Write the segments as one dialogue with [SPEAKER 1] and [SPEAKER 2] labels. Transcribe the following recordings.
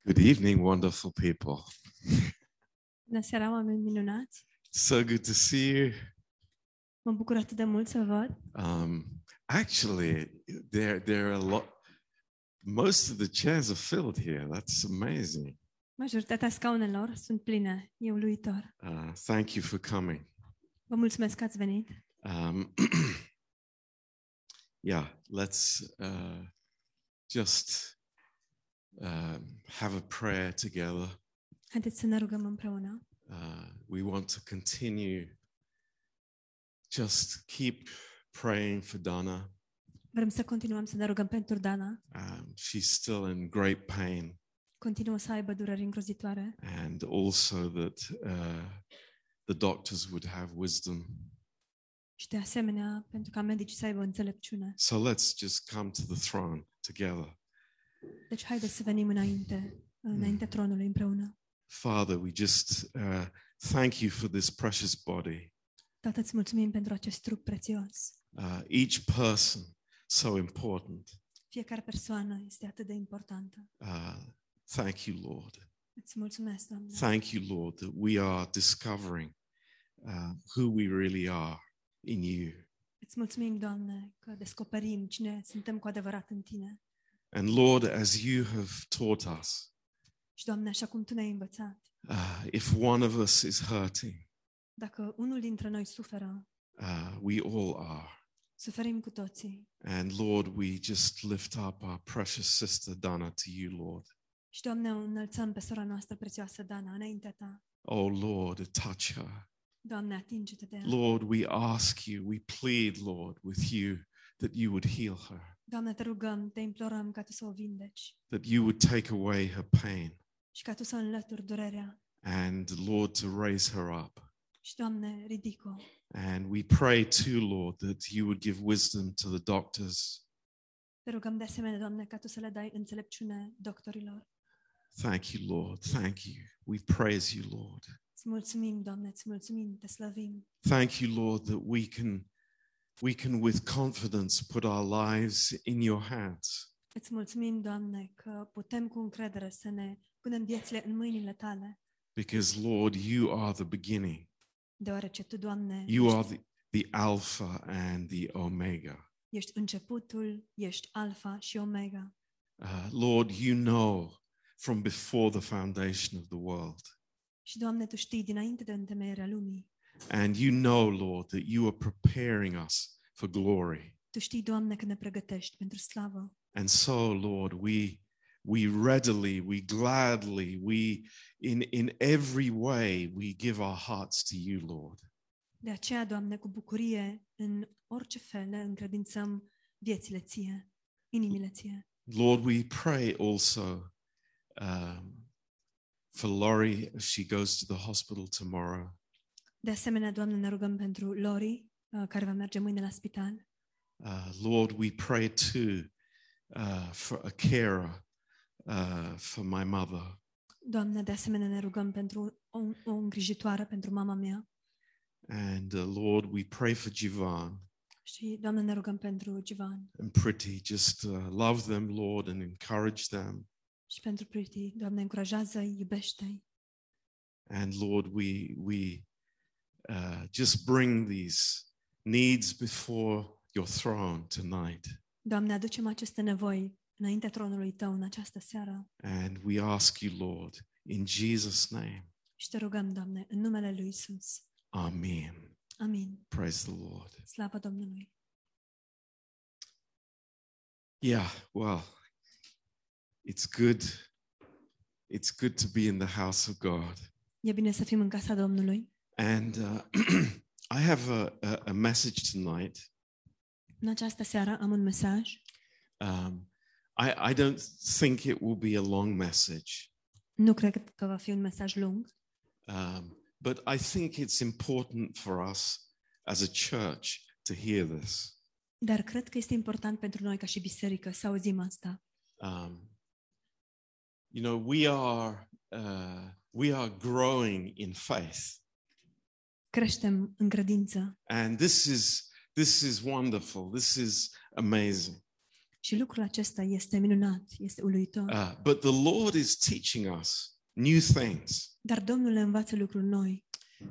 [SPEAKER 1] Good evening, wonderful people.
[SPEAKER 2] Bună seara, oameni minunați!
[SPEAKER 1] So good to see you.
[SPEAKER 2] Mă bucur atât de mult să văd.
[SPEAKER 1] Um, actually, there there are a lot. Most of the chairs are filled here. That's amazing.
[SPEAKER 2] Majoritatea scaunelor sunt pline. E uluitor.
[SPEAKER 1] Uh, thank you for coming.
[SPEAKER 2] Vă mulțumesc că ați venit.
[SPEAKER 1] Um, yeah, let's uh, just um, have a prayer together.
[SPEAKER 2] Haideți să ne rugăm împreună.
[SPEAKER 1] Uh, we want to continue. Just keep praying for Donna.
[SPEAKER 2] Vrem să continuăm să ne rugăm pentru Dana.
[SPEAKER 1] Um, she's still in great pain,
[SPEAKER 2] Continuă să aibă dureri îngrozitoare
[SPEAKER 1] and also that uh, the doctors would have wisdom.
[SPEAKER 2] și, de asemenea, pentru ca medicii să aibă înțelepciune.
[SPEAKER 1] So let's just come to the throne together.
[SPEAKER 2] Deci, haideți să venim înainte, înainte tronului împreună.
[SPEAKER 1] Father, we just uh, thank you for this precious body,
[SPEAKER 2] Tată, îți mulțumim pentru acest trup prețios.
[SPEAKER 1] uh, each person so important.
[SPEAKER 2] Fiecare persoană este atât de importantă.
[SPEAKER 1] Uh, thank you, Lord.
[SPEAKER 2] Îți mulțumesc, Doamne.
[SPEAKER 1] Thank you, Lord, that we are discovering uh, who we really are in you.
[SPEAKER 2] Îți mulțumim, Doamne, că descoperim cine suntem cu adevărat în Tine.
[SPEAKER 1] And Lord, as you have taught us,
[SPEAKER 2] Și, Doamne, așa cum Tu ne-ai învățat,
[SPEAKER 1] uh, if one of us is hurting,
[SPEAKER 2] dacă unul dintre noi suferă,
[SPEAKER 1] uh, we all are.
[SPEAKER 2] suferim cu toții.
[SPEAKER 1] And Lord, we just lift up our precious sister Donna to you, Lord.
[SPEAKER 2] Și, Doamne, o înălțăm pe sora noastră prețioasă, Dana, înaintea Ta.
[SPEAKER 1] Oh, Lord, touch her.
[SPEAKER 2] Doamne, atinge-te de ea.
[SPEAKER 1] Lord, we ask you, we plead, Lord, with you that you would heal her,
[SPEAKER 2] Doamne, te rugăm, te implorăm ca Tu să o vindeci
[SPEAKER 1] that you would take away her pain,
[SPEAKER 2] și ca Tu să înlături durerea.
[SPEAKER 1] and Lord, to raise her up.
[SPEAKER 2] Și, Doamne, ridică.
[SPEAKER 1] And we pray too, Lord, that you would give wisdom to the doctors.
[SPEAKER 2] Te rugăm de asemenea, Doamne, ca Tu să le dai înțelepciune doctorilor.
[SPEAKER 1] Thank you, Lord. Thank you. We praise you, Lord.
[SPEAKER 2] Îți mulțumim, Doamne, îți mulțumim, te slăvim.
[SPEAKER 1] Thank you, Lord, that we can we can with confidence put our lives in your hands.
[SPEAKER 2] Îți mulțumim, Doamne, că putem cu încredere să ne punem viețile în mâinile Tale,
[SPEAKER 1] Because, Lord, you are the beginning.
[SPEAKER 2] deoarece Tu, Doamne,
[SPEAKER 1] You are
[SPEAKER 2] ești,
[SPEAKER 1] the, the Alpha and the Omega.
[SPEAKER 2] ești începutul, ești alfa și omega.
[SPEAKER 1] Uh, Lord, you know from before the foundation of the world.
[SPEAKER 2] Și, Doamne, Tu știi dinainte de întemeierea lumii.
[SPEAKER 1] And you know, Lord, that you are preparing us for glory.
[SPEAKER 2] Tu știi, Doamne, că ne pregătești pentru slavă.
[SPEAKER 1] And so, Lord, we we readily, we gladly, we in in every way we give our hearts to you, Lord.
[SPEAKER 2] De aceea, Doamne, cu bucurie, în orice fel ne încredințăm viețile Ție, inimile Ție.
[SPEAKER 1] Lord, we pray also um, for Laurie as she goes to the hospital tomorrow.
[SPEAKER 2] De asemenea, Doamne, ne rugăm pentru Lori, uh, care va merge mâine la spital.
[SPEAKER 1] Uh, Lord, we pray too uh, for a carer uh, for my mother.
[SPEAKER 2] Doamne, de asemenea, ne rugăm pentru o, o îngrijitoare pentru mama mea.
[SPEAKER 1] And uh, Lord, we pray for Jivan
[SPEAKER 2] Și, Doamne, ne rugăm pentru Givan
[SPEAKER 1] and Pretty. Just uh, love them, Lord, and encourage them.
[SPEAKER 2] și pentru Priti. Doamne, încurajează-i, iubește-i.
[SPEAKER 1] And Lord, we we uh, just bring these needs before your throne tonight,
[SPEAKER 2] Doamne, aducem aceste nevoi înaintea tronului Tău în această seară
[SPEAKER 1] and we ask you, Lord, in Jesus' name,
[SPEAKER 2] și te rugăm, Doamne, în numele Lui Isus.
[SPEAKER 1] Amen.
[SPEAKER 2] Amin.
[SPEAKER 1] Praise the Lord.
[SPEAKER 2] Slavă Domnului!
[SPEAKER 1] Yeah, well, it's good. It's good to be in the house of God.
[SPEAKER 2] E bine să fim în casa Domnului.
[SPEAKER 1] And uh, I have a, a, a message tonight.
[SPEAKER 2] În această seară am un mesaj.
[SPEAKER 1] Um, I, I don't think it will be a long message,
[SPEAKER 2] Nu cred că va fi un mesaj lung,
[SPEAKER 1] um, but I think it's important for us as a church to hear this.
[SPEAKER 2] dar cred că este important pentru noi ca și biserică să auzim asta.
[SPEAKER 1] Um, you know, we are uh, we are growing in faith,
[SPEAKER 2] Creștem în credință
[SPEAKER 1] and this is this is wonderful. This is amazing.
[SPEAKER 2] Și lucrul acesta este minunat, este uluitor.
[SPEAKER 1] Uh, but the Lord is teaching us new things.
[SPEAKER 2] Dar Domnul ne învață lucruri noi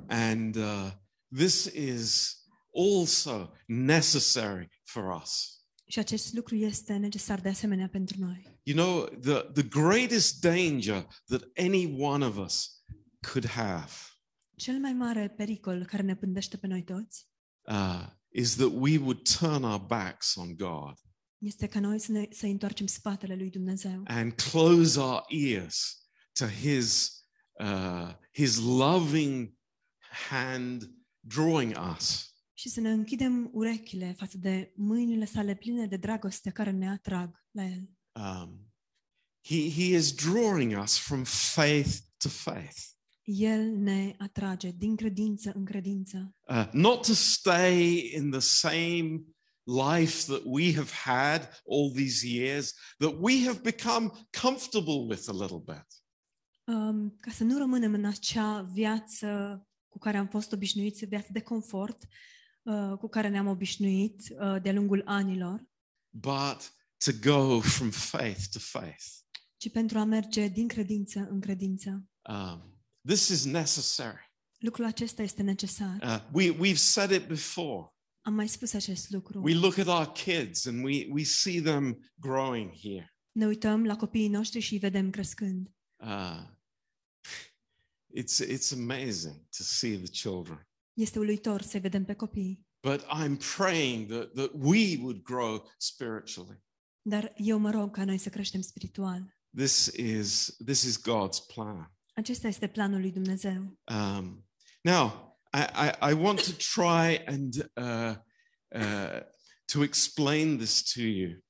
[SPEAKER 1] And uh, this is also necessary for us.
[SPEAKER 2] și acest lucru este necesar de asemenea pentru noi.
[SPEAKER 1] You know, the, the greatest danger that any one of us could have
[SPEAKER 2] Cel mai mare pericol care ne pândește pe noi toți
[SPEAKER 1] uh, is that we would turn our backs on God
[SPEAKER 2] este ca noi să ne să întoarcem spatele lui Dumnezeu
[SPEAKER 1] and close our ears to His, uh, his loving hand drawing us.
[SPEAKER 2] și să ne închidem urechile față de mâinile sale pline de dragoste care ne atrag la el.
[SPEAKER 1] Um, he, he is drawing us from faith to faith.
[SPEAKER 2] El ne atrage din credință în credință,
[SPEAKER 1] uh, not to stay in the same life that we have had all these years, that we have become comfortable with a little bit.
[SPEAKER 2] um, ca să nu rămânem în acea viață cu care am fost obișnuiți, viață de confort, uh, cu care ne-am obișnuit uh, de-a lungul anilor,
[SPEAKER 1] But to go from faith to faith.
[SPEAKER 2] ci pentru a merge din credință în credință.
[SPEAKER 1] Um, this is necessary.
[SPEAKER 2] Lucrul acesta este necesar.
[SPEAKER 1] Uh, we, we've said it before.
[SPEAKER 2] Am mai spus acest lucru.
[SPEAKER 1] We look at our kids and we, we see them growing here.
[SPEAKER 2] Ne uităm la copiii noștri și îi vedem crescând.
[SPEAKER 1] Uh, it's, it's amazing to see the children.
[SPEAKER 2] Este uluitor să vedem pe copii,
[SPEAKER 1] But I'm praying that, that we would grow spiritually.
[SPEAKER 2] dar eu mă rog ca noi să creștem spiritual.
[SPEAKER 1] This is, this is God's plan.
[SPEAKER 2] Acesta este planul lui Dumnezeu.
[SPEAKER 1] Um, now, I, I, I want to try and uh, uh, to explain this to you.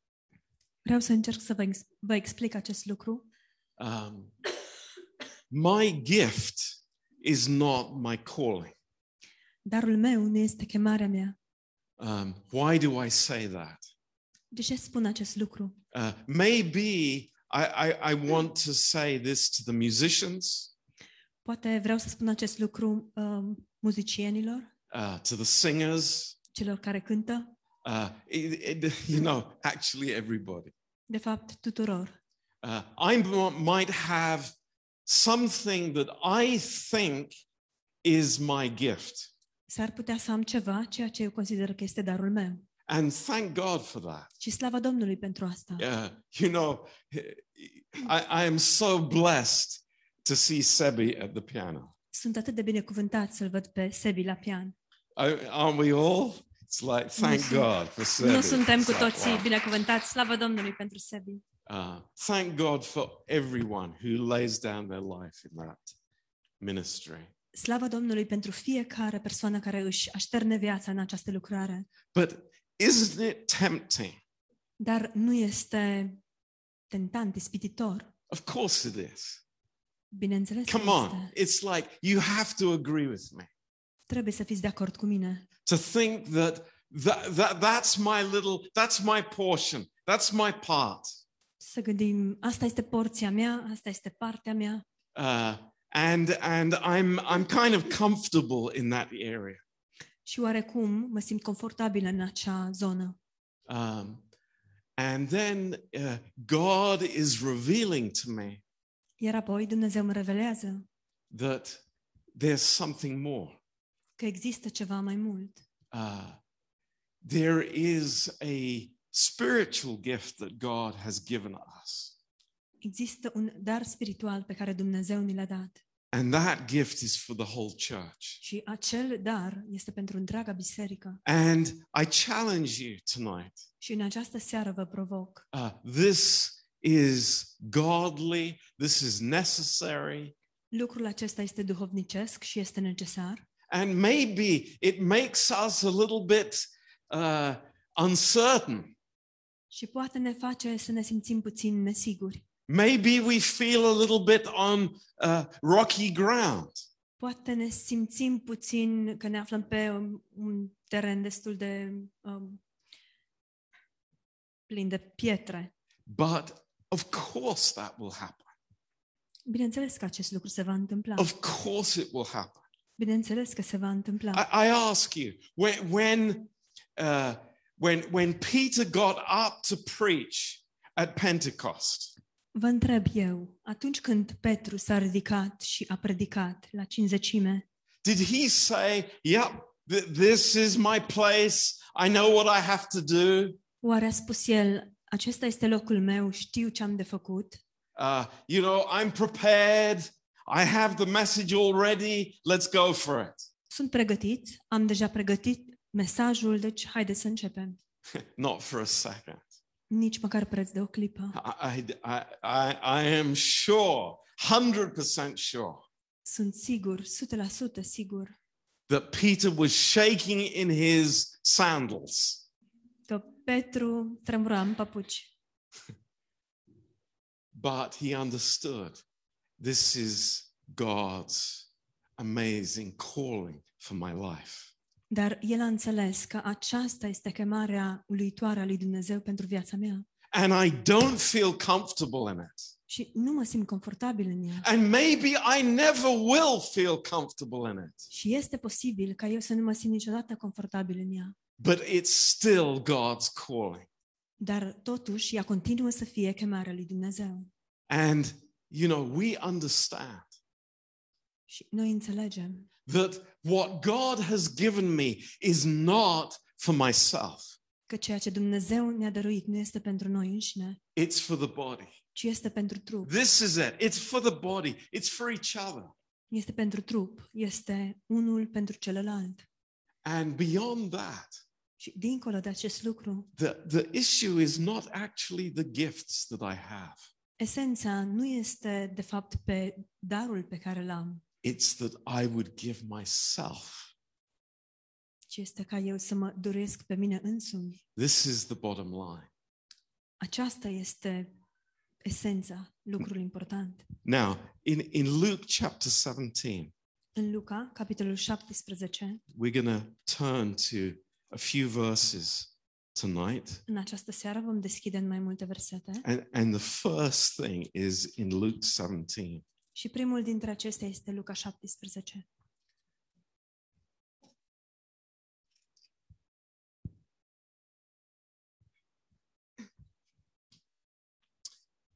[SPEAKER 2] Vreau să încerc să vă, ex- vă explic acest lucru.
[SPEAKER 1] Um, my gift is not my calling.
[SPEAKER 2] Darul meu nu este chemarea mea.
[SPEAKER 1] Um, why do I say that?
[SPEAKER 2] De ce spun acest lucru?
[SPEAKER 1] Uh, maybe I, I, I want to say this to the musicians,
[SPEAKER 2] Poate vreau să spun acest lucru um, muzicienilor,
[SPEAKER 1] uh, to the singers,
[SPEAKER 2] celor care cântă,
[SPEAKER 1] uh, it, it, you know, actually everybody.
[SPEAKER 2] de fapt tuturor.
[SPEAKER 1] Uh, I m- might have something that I think is my gift,
[SPEAKER 2] S-ar putea să am ceva, ceea ce eu consider că este darul meu.
[SPEAKER 1] and thank God for that.
[SPEAKER 2] Și slava Domnului pentru asta.
[SPEAKER 1] Uh, you know, I, I am so blessed to see Sebi at the piano.
[SPEAKER 2] Sunt atât de binecuvântat să-l văd pe Sebi la pian.
[SPEAKER 1] I, aren't we all? It's like thank
[SPEAKER 2] sunt-
[SPEAKER 1] God for Sebi.
[SPEAKER 2] Nu suntem cu
[SPEAKER 1] It's like,
[SPEAKER 2] toții
[SPEAKER 1] wow.
[SPEAKER 2] binecuvântați, slavă Domnului pentru Sebi.
[SPEAKER 1] Uh, thank God for everyone who lays down their life in that ministry.
[SPEAKER 2] Slavă Domnului pentru fiecare persoană care își așterne viața în această lucrare.
[SPEAKER 1] But isn't it tempting?
[SPEAKER 2] Dar nu este tentant, ispititor.
[SPEAKER 1] Of course it is.
[SPEAKER 2] Bineînțeles,
[SPEAKER 1] Come
[SPEAKER 2] că
[SPEAKER 1] on.
[SPEAKER 2] este.
[SPEAKER 1] It's like you have to agree with me
[SPEAKER 2] trebuie să fiți de acord cu mine.
[SPEAKER 1] to think that, that, that that's my little, that's my portion, that's my part.
[SPEAKER 2] Să gândim, asta este porția mea, asta este partea mea
[SPEAKER 1] Uh, and and I'm, I'm kind of comfortable in that area.
[SPEAKER 2] și oarecum mă simt confortabilă în acea zonă.
[SPEAKER 1] Um, and then uh, God is revealing to me
[SPEAKER 2] Iar apoi Dumnezeu mă revelează
[SPEAKER 1] that there's something more.
[SPEAKER 2] că există ceva mai mult.
[SPEAKER 1] Uh, there is a spiritual gift that God has given us.
[SPEAKER 2] Există un dar spiritual pe care Dumnezeu ni l-a dat
[SPEAKER 1] And that gift is for the whole church.
[SPEAKER 2] și acel dar este pentru întreaga biserică.
[SPEAKER 1] And I challenge you tonight
[SPEAKER 2] Și în această seară vă provoc.
[SPEAKER 1] uh, this is godly, this is necessary.
[SPEAKER 2] Lucrul acesta este duhovnicesc și este necesar
[SPEAKER 1] And maybe it makes us a little bit uh, uncertain.
[SPEAKER 2] și poate ne face să ne simțim puțin nesiguri.
[SPEAKER 1] Maybe we feel a little bit on uh, rocky ground.
[SPEAKER 2] Poate ne simțim puțin că ne aflăm pe um, un teren destul de um, plin de pietre.
[SPEAKER 1] But of course, that will happen.
[SPEAKER 2] Bineînțeles că acest lucru se va întâmpla.
[SPEAKER 1] Of course, it will happen.
[SPEAKER 2] Bineînțeles că se va întâmpla.
[SPEAKER 1] I, I ask you, when, when uh, when, when Peter got up to preach at Pentecost,
[SPEAKER 2] Vă întreb eu, atunci când Petru s-a ridicat și a predicat la cinzecime,
[SPEAKER 1] did he say, Yep, th- this is my place. I know what I have to do?
[SPEAKER 2] oare a spus el, acesta este locul meu, știu ce am de făcut,
[SPEAKER 1] Uh, you know, I'm prepared. I have the message already. Let's go for it.
[SPEAKER 2] sunt pregătit, am deja pregătit mesajul, deci haideți să începem.
[SPEAKER 1] Not for a second.
[SPEAKER 2] Nici măcar preț de o clipă.
[SPEAKER 1] I, I, I, I am sure, 100% sure,
[SPEAKER 2] Sunt sigur, 100% sigur,
[SPEAKER 1] that Peter was shaking in his sandals.
[SPEAKER 2] că Petru tremura în papuci,
[SPEAKER 1] But he understood this is God's amazing calling for my life.
[SPEAKER 2] dar el a înțeles că aceasta este chemarea uluitoare a lui Dumnezeu pentru viața mea
[SPEAKER 1] And I don't feel comfortable in it.
[SPEAKER 2] și nu mă simt confortabil în ea.
[SPEAKER 1] And maybe I never will feel comfortable in it.
[SPEAKER 2] Și este posibil ca eu să nu mă simt niciodată confortabil în ea,
[SPEAKER 1] But it's still God's calling.
[SPEAKER 2] dar totuși ea continuă să fie chemarea lui Dumnezeu.
[SPEAKER 1] And, you know, we understand
[SPEAKER 2] Și noi înțelegem
[SPEAKER 1] that what God has given me is not for myself,
[SPEAKER 2] că ceea ce Dumnezeu ne-a dăruit nu este pentru noi înșine,
[SPEAKER 1] it's for the body.
[SPEAKER 2] ci este pentru trup.
[SPEAKER 1] This is it. It's for the body, it's for each other.
[SPEAKER 2] Este pentru trup, este unul pentru celălalt.
[SPEAKER 1] And beyond that,
[SPEAKER 2] Și dincolo de acest lucru,
[SPEAKER 1] the, the issue is not actually the gifts that I have,
[SPEAKER 2] esența nu este de fapt pe darul pe care l am,
[SPEAKER 1] it's that I would give myself.
[SPEAKER 2] ci este ca eu să mă doresc pe mine însumi.
[SPEAKER 1] This is the bottom line.
[SPEAKER 2] Aceasta este esența, lucrul important.
[SPEAKER 1] Now, in, in Luke chapter 17,
[SPEAKER 2] În Luca, capitolul 17,
[SPEAKER 1] we're going to turn to a few verses tonight.
[SPEAKER 2] în această seară vom deschide în mai multe versete
[SPEAKER 1] And, and the first thing is in Luke 17.
[SPEAKER 2] și primul dintre acestea este Luca 17.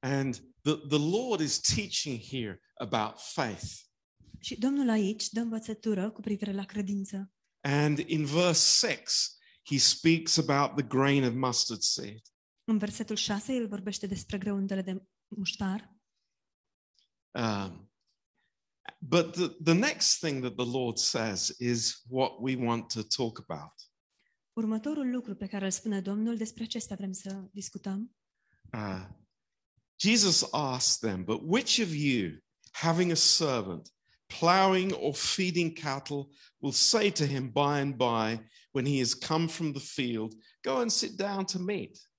[SPEAKER 1] And the, the Lord is teaching here about faith.
[SPEAKER 2] Și Domnul aici dă învățătură cu privire la credință.
[SPEAKER 1] And in verse 6, he speaks about the grain of mustard seed.
[SPEAKER 2] În versetul 6 el vorbește despre grăuntele de muștar,
[SPEAKER 1] Um, but the, the next thing that the Lord says is what we want to talk about.
[SPEAKER 2] Următorul lucru pe care îl spune Domnul, despre acesta vrem să discutăm.
[SPEAKER 1] Uh, Jesus asked them, But which of you, having a servant, plowing or feeding cattle, will say to him by and by, when he has come from the field, Go and sit down to meat?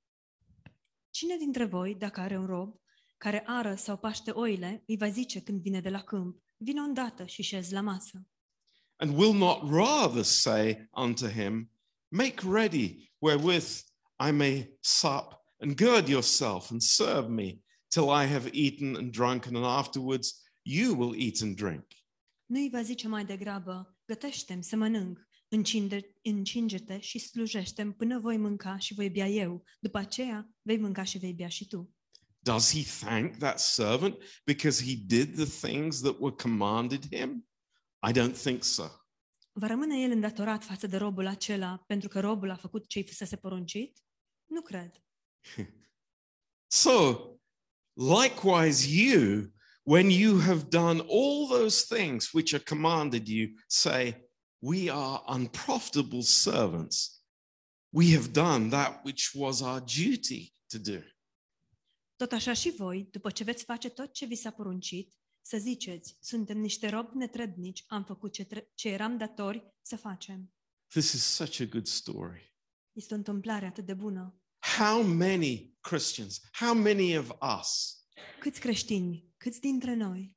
[SPEAKER 2] Cine dintre voi, dacă are un rob, care ară sau paște oile, îi va zice când vine de la câmp, vină îndată și șezi la masă.
[SPEAKER 1] And will not rather say unto him, Make ready wherewith I may sup, and gird yourself and serve me till I have eaten and drunken, and afterwards you will eat and drink.
[SPEAKER 2] Nu îi va zice mai degrabă, gătește-mi să mănânc, încinde, încinge-te și slujește-mi până voi mânca și voi bea eu, după aceea vei mânca și vei bea și tu.
[SPEAKER 1] Does he thank that servant because he did the things that were commanded him? I don't think so.
[SPEAKER 2] Va rămâne el îndatorat față de robul acela pentru că robul a făcut ce-i fusese poruncit? Nu cred.
[SPEAKER 1] So, likewise, you, when you have done all those things which are commanded you, say, We are unprofitable servants. We have done that which was our duty to do.
[SPEAKER 2] Tot așa și voi, după ce veți face tot ce vi s-a poruncit, să ziceți, suntem niște robi netrebnici, am făcut ce, tre- ce eram datori să facem.
[SPEAKER 1] This is such a good story.
[SPEAKER 2] Este o întâmplare atât de bună.
[SPEAKER 1] How many Christians, how many of us
[SPEAKER 2] Câți creștini, câți dintre noi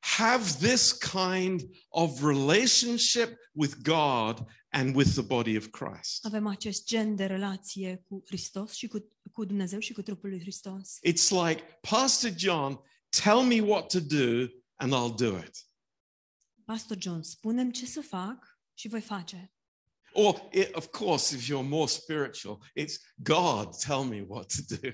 [SPEAKER 1] have this kind of relationship with God and with the body of Christ.
[SPEAKER 2] avem acest gen de relație cu Hristos și cu, cu Dumnezeu și cu trupul lui Hristos?
[SPEAKER 1] It's like, Pastor John, tell me what to do and I'll do it.
[SPEAKER 2] Pastor John, spunem ce să fac și voi face.
[SPEAKER 1] Or, it, of course, if you're more spiritual, it's God, tell me what to do.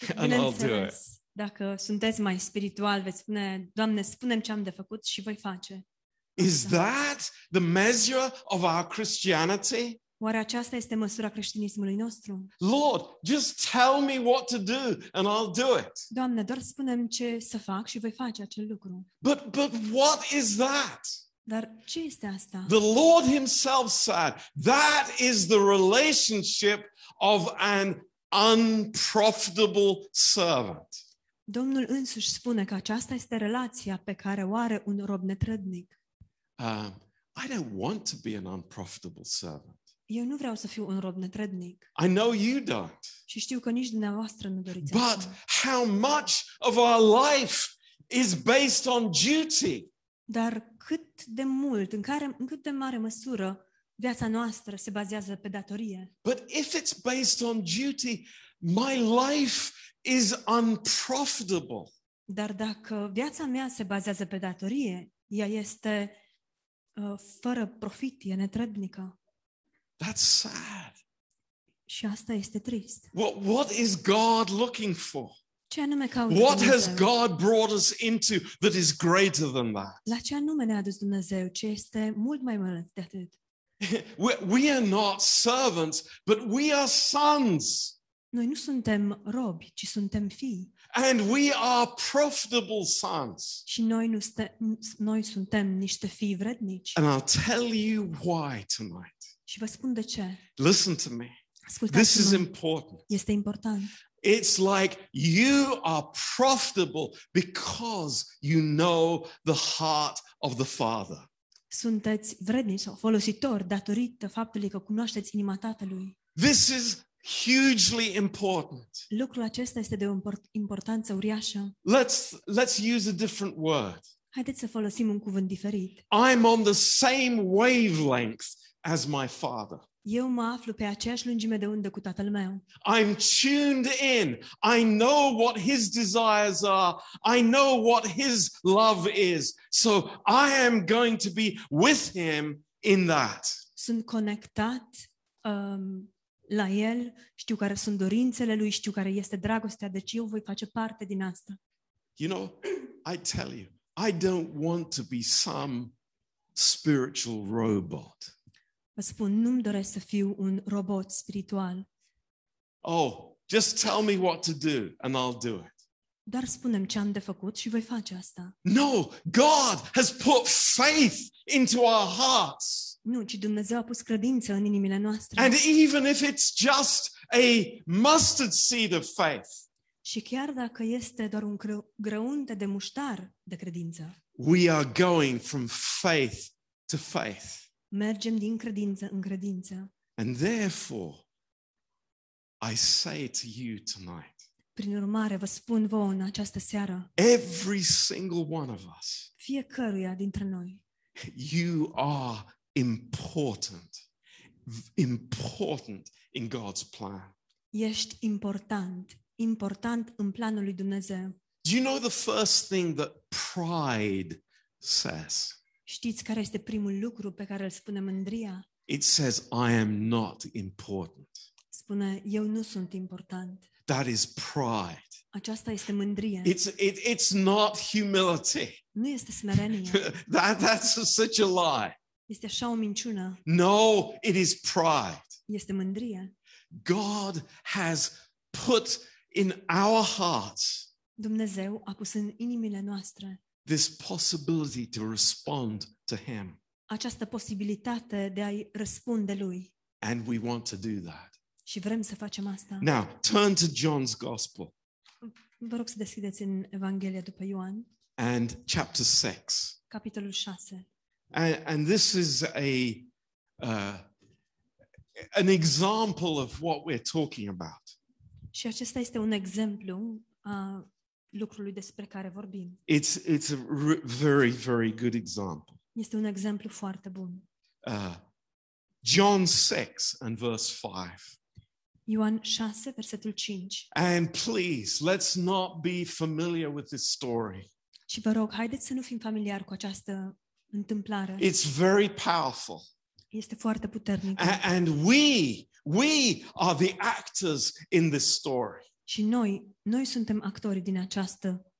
[SPEAKER 2] Și,
[SPEAKER 1] And I'll do
[SPEAKER 2] bineînțeles, dacă sunteți mai spiritual, veți spune, Doamne, spune ce am de făcut și voi face.
[SPEAKER 1] Is
[SPEAKER 2] Awesome.
[SPEAKER 1] that the measure of our Christianity?
[SPEAKER 2] Oare aceasta este măsura creștinismului nostru?
[SPEAKER 1] Lord, just tell me what to do and I'll do it.
[SPEAKER 2] Doamne, doar spunem ce să fac și voi face acel lucru.
[SPEAKER 1] But but what is that?
[SPEAKER 2] Dar ce este asta?
[SPEAKER 1] The Lord himself said, that is the relationship of an unprofitable servant.
[SPEAKER 2] Domnul însuși spune că aceasta este relația pe care o are un rob netrădnic.
[SPEAKER 1] Um, I don't want to be an unprofitable servant.
[SPEAKER 2] Eu nu vreau să fiu un rob netrădnic
[SPEAKER 1] I know you don't.
[SPEAKER 2] și știu că nici dumneavoastră nu doriți
[SPEAKER 1] But
[SPEAKER 2] asta.
[SPEAKER 1] how much of our life is based on duty?
[SPEAKER 2] Dar cât de mult, în, care, în cât de mare măsură viața noastră se bazează pe datorie?
[SPEAKER 1] But if it's based on duty, my life is unprofitable.
[SPEAKER 2] Dar dacă viața mea se bazează pe datorie, ea este uh, fără profit, e netrădnică.
[SPEAKER 1] That's sad.
[SPEAKER 2] Și asta este trist.
[SPEAKER 1] What, what is God looking for?
[SPEAKER 2] Ce anume caută
[SPEAKER 1] What has
[SPEAKER 2] Dumnezeu?
[SPEAKER 1] God brought us into that is greater than that?
[SPEAKER 2] La ce anume ne-a dus Dumnezeu, ce este mult mai mult de atât?
[SPEAKER 1] We, we are not servants, but we are sons,
[SPEAKER 2] Noi nu suntem robi, ci suntem fii.
[SPEAKER 1] and we are profitable sons.
[SPEAKER 2] Și noi, nu ste- noi suntem niște fii vrednici.
[SPEAKER 1] And I'll tell you why tonight.
[SPEAKER 2] Și vă spun de ce.
[SPEAKER 1] Listen to me. This is
[SPEAKER 2] Ascultați-mă,
[SPEAKER 1] important.
[SPEAKER 2] este important.
[SPEAKER 1] It's like you are profitable because you know the heart of the Father.
[SPEAKER 2] Sunteți vrednici sau folositori datorită faptului că cunoașteți inima Tatălui.
[SPEAKER 1] This is hugely important.
[SPEAKER 2] Lucrul acesta este de o import- importanță uriașă.
[SPEAKER 1] Let's let's use a different word.
[SPEAKER 2] Haideți să folosim un cuvânt diferit.
[SPEAKER 1] I'm on the same wavelength as my Father.
[SPEAKER 2] Eu mă aflu pe aceeași lungime de undă cu tatăl meu.
[SPEAKER 1] I'm tuned in. I know what his desires are. I know what his love is. So I am going to be with him in that.
[SPEAKER 2] Sunt conectat um, la el, știu care sunt dorințele lui, știu care este dragostea, deci eu voi face parte din asta.
[SPEAKER 1] You know, I tell you, I don't want to be some spiritual robot.
[SPEAKER 2] Vă spun, nu-mi doresc să fiu un robot spiritual.
[SPEAKER 1] Oh, just tell me what to do and I'll do it.
[SPEAKER 2] Doar spunem ce am de făcut și voi face asta.
[SPEAKER 1] No, God has put faith into our hearts.
[SPEAKER 2] Nu, ci Dumnezeu a pus credință în inimile noastre.
[SPEAKER 1] And even if it's just a mustard seed of faith,
[SPEAKER 2] Și chiar dacă este doar un gră- grăunte de muștar de credință,
[SPEAKER 1] we are going from faith to faith.
[SPEAKER 2] Mergem din credință în credință.
[SPEAKER 1] And therefore, I say to you tonight,
[SPEAKER 2] Prin urmare, vă spun vouă în această seară,
[SPEAKER 1] every single one of us,
[SPEAKER 2] fiecăruia dintre noi,
[SPEAKER 1] you are important, v- important in God's plan.
[SPEAKER 2] ești important, important în planul lui Dumnezeu.
[SPEAKER 1] Do you know the first thing that pride says?
[SPEAKER 2] Știți care este primul lucru pe care îl spune mândria?
[SPEAKER 1] It says, I am not important.
[SPEAKER 2] Spune, eu nu sunt important.
[SPEAKER 1] That is pride.
[SPEAKER 2] Aceasta este mândrie,
[SPEAKER 1] It's, it, it's not humility.
[SPEAKER 2] nu este smerenie,
[SPEAKER 1] that, that's such a lie.
[SPEAKER 2] este așa o minciună,
[SPEAKER 1] No, it is pride.
[SPEAKER 2] este mândrie.
[SPEAKER 1] God has put in our hearts
[SPEAKER 2] Dumnezeu a pus în inimile noastre
[SPEAKER 1] this possibility to respond to Him.
[SPEAKER 2] această posibilitate de a-i răspunde Lui
[SPEAKER 1] And we want to do that.
[SPEAKER 2] și vrem să facem asta.
[SPEAKER 1] Now, turn to John's Gospel
[SPEAKER 2] Vă rog să deschideți în Evanghelia după Ioan,
[SPEAKER 1] and chapter 6.
[SPEAKER 2] capitolul 6.
[SPEAKER 1] And, and this is a uh, an example of what we're talking about.
[SPEAKER 2] Și acesta este un exemplu a lucrului despre care vorbim.
[SPEAKER 1] It's it's a r- very very good example.
[SPEAKER 2] Este un exemplu foarte bun.
[SPEAKER 1] Uh, John six and verse five.
[SPEAKER 2] Ioan 6, versetul 5.
[SPEAKER 1] And please, let's not be familiar with this story.
[SPEAKER 2] Și vă rog, haideți să nu fim familiari cu această întâmplare.
[SPEAKER 1] It's very powerful.
[SPEAKER 2] Este foarte puternică.
[SPEAKER 1] A- And we, we are the actors in this story.
[SPEAKER 2] Și noi, noi suntem actorii din această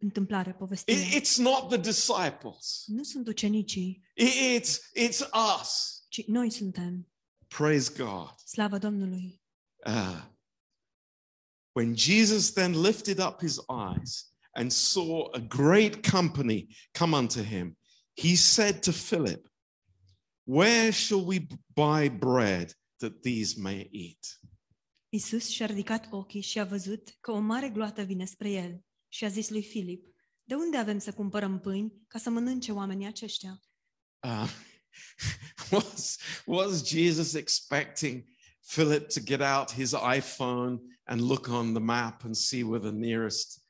[SPEAKER 2] întâmplare, povestire.
[SPEAKER 1] It- It's not the disciples.
[SPEAKER 2] Nu sunt ucenicii,
[SPEAKER 1] I- It's, it's us.
[SPEAKER 2] ci noi suntem.
[SPEAKER 1] Praise God.
[SPEAKER 2] Slavă Domnului!
[SPEAKER 1] Uh, when Jesus then lifted up his eyes and saw a great company come unto him, he said to Philip, Where shall we b- buy bread that these may eat?
[SPEAKER 2] Isus și-a ridicat ochii și a văzut că o mare gloată vine spre el și a zis lui Filip, de unde avem să cumpărăm pâini ca să mănânce oamenii aceștia?
[SPEAKER 1] Uh, was, was Jesus expecting Philip to get out his iPhone and look on the map and see where the nearest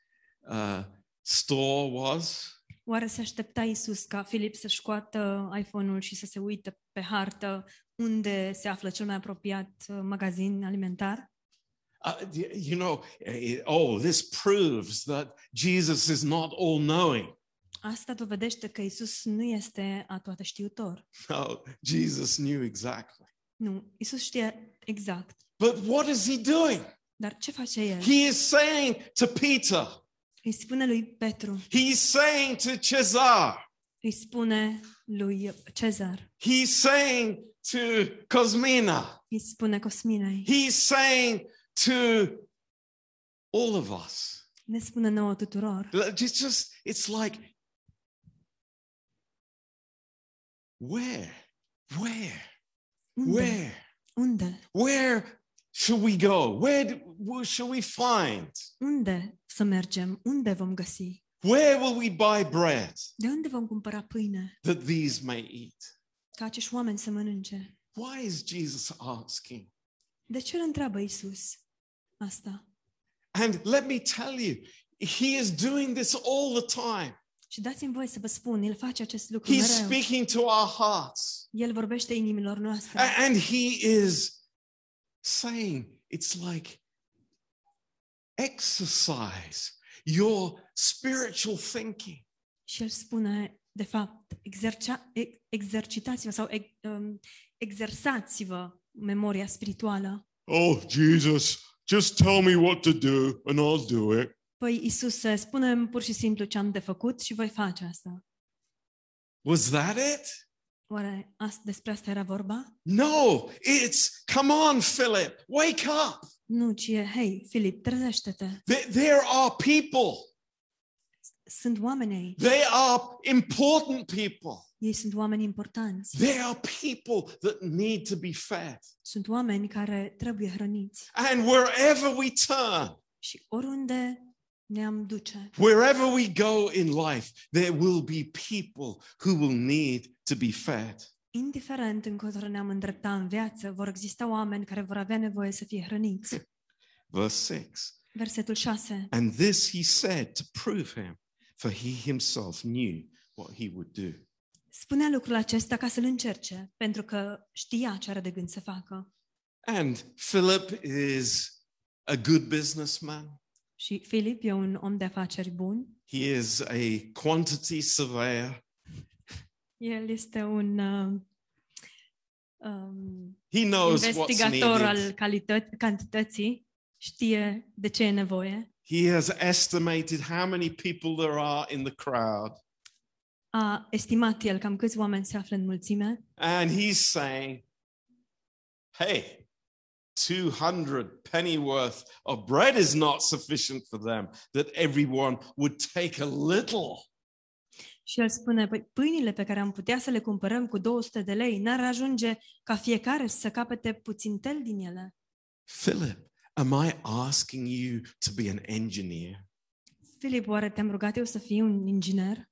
[SPEAKER 1] uh, store was?
[SPEAKER 2] Oare se aștepta Isus ca Filip să-și scoată iPhone-ul și să se uite pe hartă unde se află cel mai apropiat uh, magazin alimentar?
[SPEAKER 1] Uh, y- you know, eh, oh, this proves that Jesus is not all knowing.
[SPEAKER 2] Asta dovedește că Isus nu este a toate știutor.
[SPEAKER 1] No, Jesus knew exactly.
[SPEAKER 2] Nu, Isus știe exact.
[SPEAKER 1] But what is he doing?
[SPEAKER 2] Dar ce face El?
[SPEAKER 1] He is saying to Peter,
[SPEAKER 2] Îi spune lui Petru,
[SPEAKER 1] he's saying to Cesar,
[SPEAKER 2] îi spune lui Cezar,
[SPEAKER 1] he's saying to Cosmina,
[SPEAKER 2] îi spune Cosminei.
[SPEAKER 1] he's saying to all of us.
[SPEAKER 2] Ne spune nouă tuturor.
[SPEAKER 1] It's just, it's like, where, where,
[SPEAKER 2] Unde?
[SPEAKER 1] where?
[SPEAKER 2] Unde?
[SPEAKER 1] Where should we go? Where, do, where should we find?
[SPEAKER 2] Unde să mergem? Unde vom găsi?
[SPEAKER 1] Where will we buy bread
[SPEAKER 2] De unde vom cumpăra pâine
[SPEAKER 1] that these may eat?
[SPEAKER 2] ca acești oameni să mănânce?
[SPEAKER 1] Why is Jesus asking?
[SPEAKER 2] De ce îl întreabă Isus asta?
[SPEAKER 1] And let me tell you, he is doing this all the time.
[SPEAKER 2] Și dați-mi voie să vă spun, El face acest lucru
[SPEAKER 1] He's
[SPEAKER 2] mereu.
[SPEAKER 1] speaking to our hearts.
[SPEAKER 2] El vorbește inimilor noastre.
[SPEAKER 1] A- And he is saying, it's like exercise your spiritual thinking.
[SPEAKER 2] Și El spune, de fapt, exercea, ex- exercitați-vă sau ex, um, exersați-vă memoria spirituală.
[SPEAKER 1] Oh, Jesus, just tell me what to do and I'll do it.
[SPEAKER 2] Păi, Isuse, spunem pur și simplu ce am de făcut și voi face asta.
[SPEAKER 1] Was that it?
[SPEAKER 2] Oare asta, despre asta era vorba?
[SPEAKER 1] No, it's come on, Philip, wake up.
[SPEAKER 2] Nu, ci e, hei, Filip, trezește-te.
[SPEAKER 1] There, there are people,
[SPEAKER 2] Sunt oameni aici.
[SPEAKER 1] they are important people.
[SPEAKER 2] Ei sunt oameni importanți.
[SPEAKER 1] They are people that need to be fed.
[SPEAKER 2] Sunt oameni care trebuie hrăniți.
[SPEAKER 1] And wherever we turn,
[SPEAKER 2] Și oriunde ne-am duce,
[SPEAKER 1] wherever we go in life, there will be people who will need to be fed.
[SPEAKER 2] indiferent încotro ne-am îndrepta în viață, vor exista oameni care vor avea nevoie să fie hrăniți.
[SPEAKER 1] Verse 6.
[SPEAKER 2] Versetul 6.
[SPEAKER 1] And this he said to prove him, for he himself knew what he would do.
[SPEAKER 2] Spunea lucrul acesta ca să-l încerce, pentru că știa ce are de gând să facă.
[SPEAKER 1] And Philip is a good businessman.
[SPEAKER 2] Și Filip e un om de afaceri bun.
[SPEAKER 1] He is a quantity surveyor.
[SPEAKER 2] El este un uh, um,
[SPEAKER 1] He knows what's
[SPEAKER 2] investigator al
[SPEAKER 1] needed.
[SPEAKER 2] calită- cantității, știe de ce e nevoie,
[SPEAKER 1] He has estimated how many people there are in the crowd.
[SPEAKER 2] a estimat el cam câți oameni se află în mulțime
[SPEAKER 1] And he's saying, hey, 200 pennyworth of bread is not sufficient for them, that everyone would take a little.
[SPEAKER 2] și el spune, păi pâinile pe care am putea să le cumpărăm cu 200 de lei n-ar ajunge ca fiecare să capete puțin tel din ele.
[SPEAKER 1] Philip, am I asking you to be an engineer?
[SPEAKER 2] Filip, oare te-am rugat eu să fii un inginer?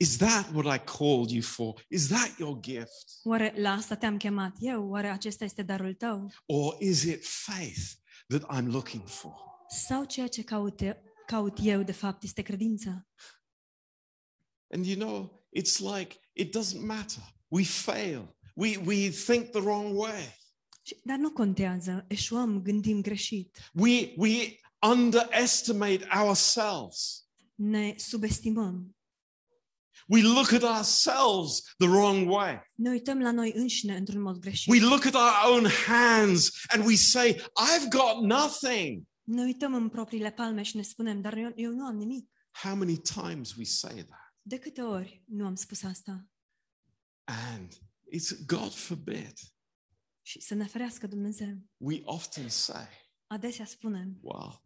[SPEAKER 1] Is that what I called you for? Is that your gift?
[SPEAKER 2] Oare la asta te-am chemat eu? Oare acesta este darul tău?
[SPEAKER 1] Or is it faith that I'm looking for?
[SPEAKER 2] Sau ceea ce caut, caut eu, de fapt, este credința?
[SPEAKER 1] And you know, it's like it doesn't matter. We fail. We, we think the wrong way.
[SPEAKER 2] Și- Dar nu contează, eșuăm, gândim greșit.
[SPEAKER 1] We, we underestimate ourselves.
[SPEAKER 2] ne subestimăm.
[SPEAKER 1] We look at ourselves the wrong way.
[SPEAKER 2] Ne uităm la noi înșine într-un mod greșit.
[SPEAKER 1] We look at our own hands and we say, I've got nothing.
[SPEAKER 2] Ne uităm în propriile palme și ne spunem, dar eu, eu nu am nimic.
[SPEAKER 1] How many times we say that?
[SPEAKER 2] De câte ori nu am spus asta?
[SPEAKER 1] And it's God forbid.
[SPEAKER 2] Și să ne ferească Dumnezeu.
[SPEAKER 1] We often say,
[SPEAKER 2] Adesea spunem,
[SPEAKER 1] well,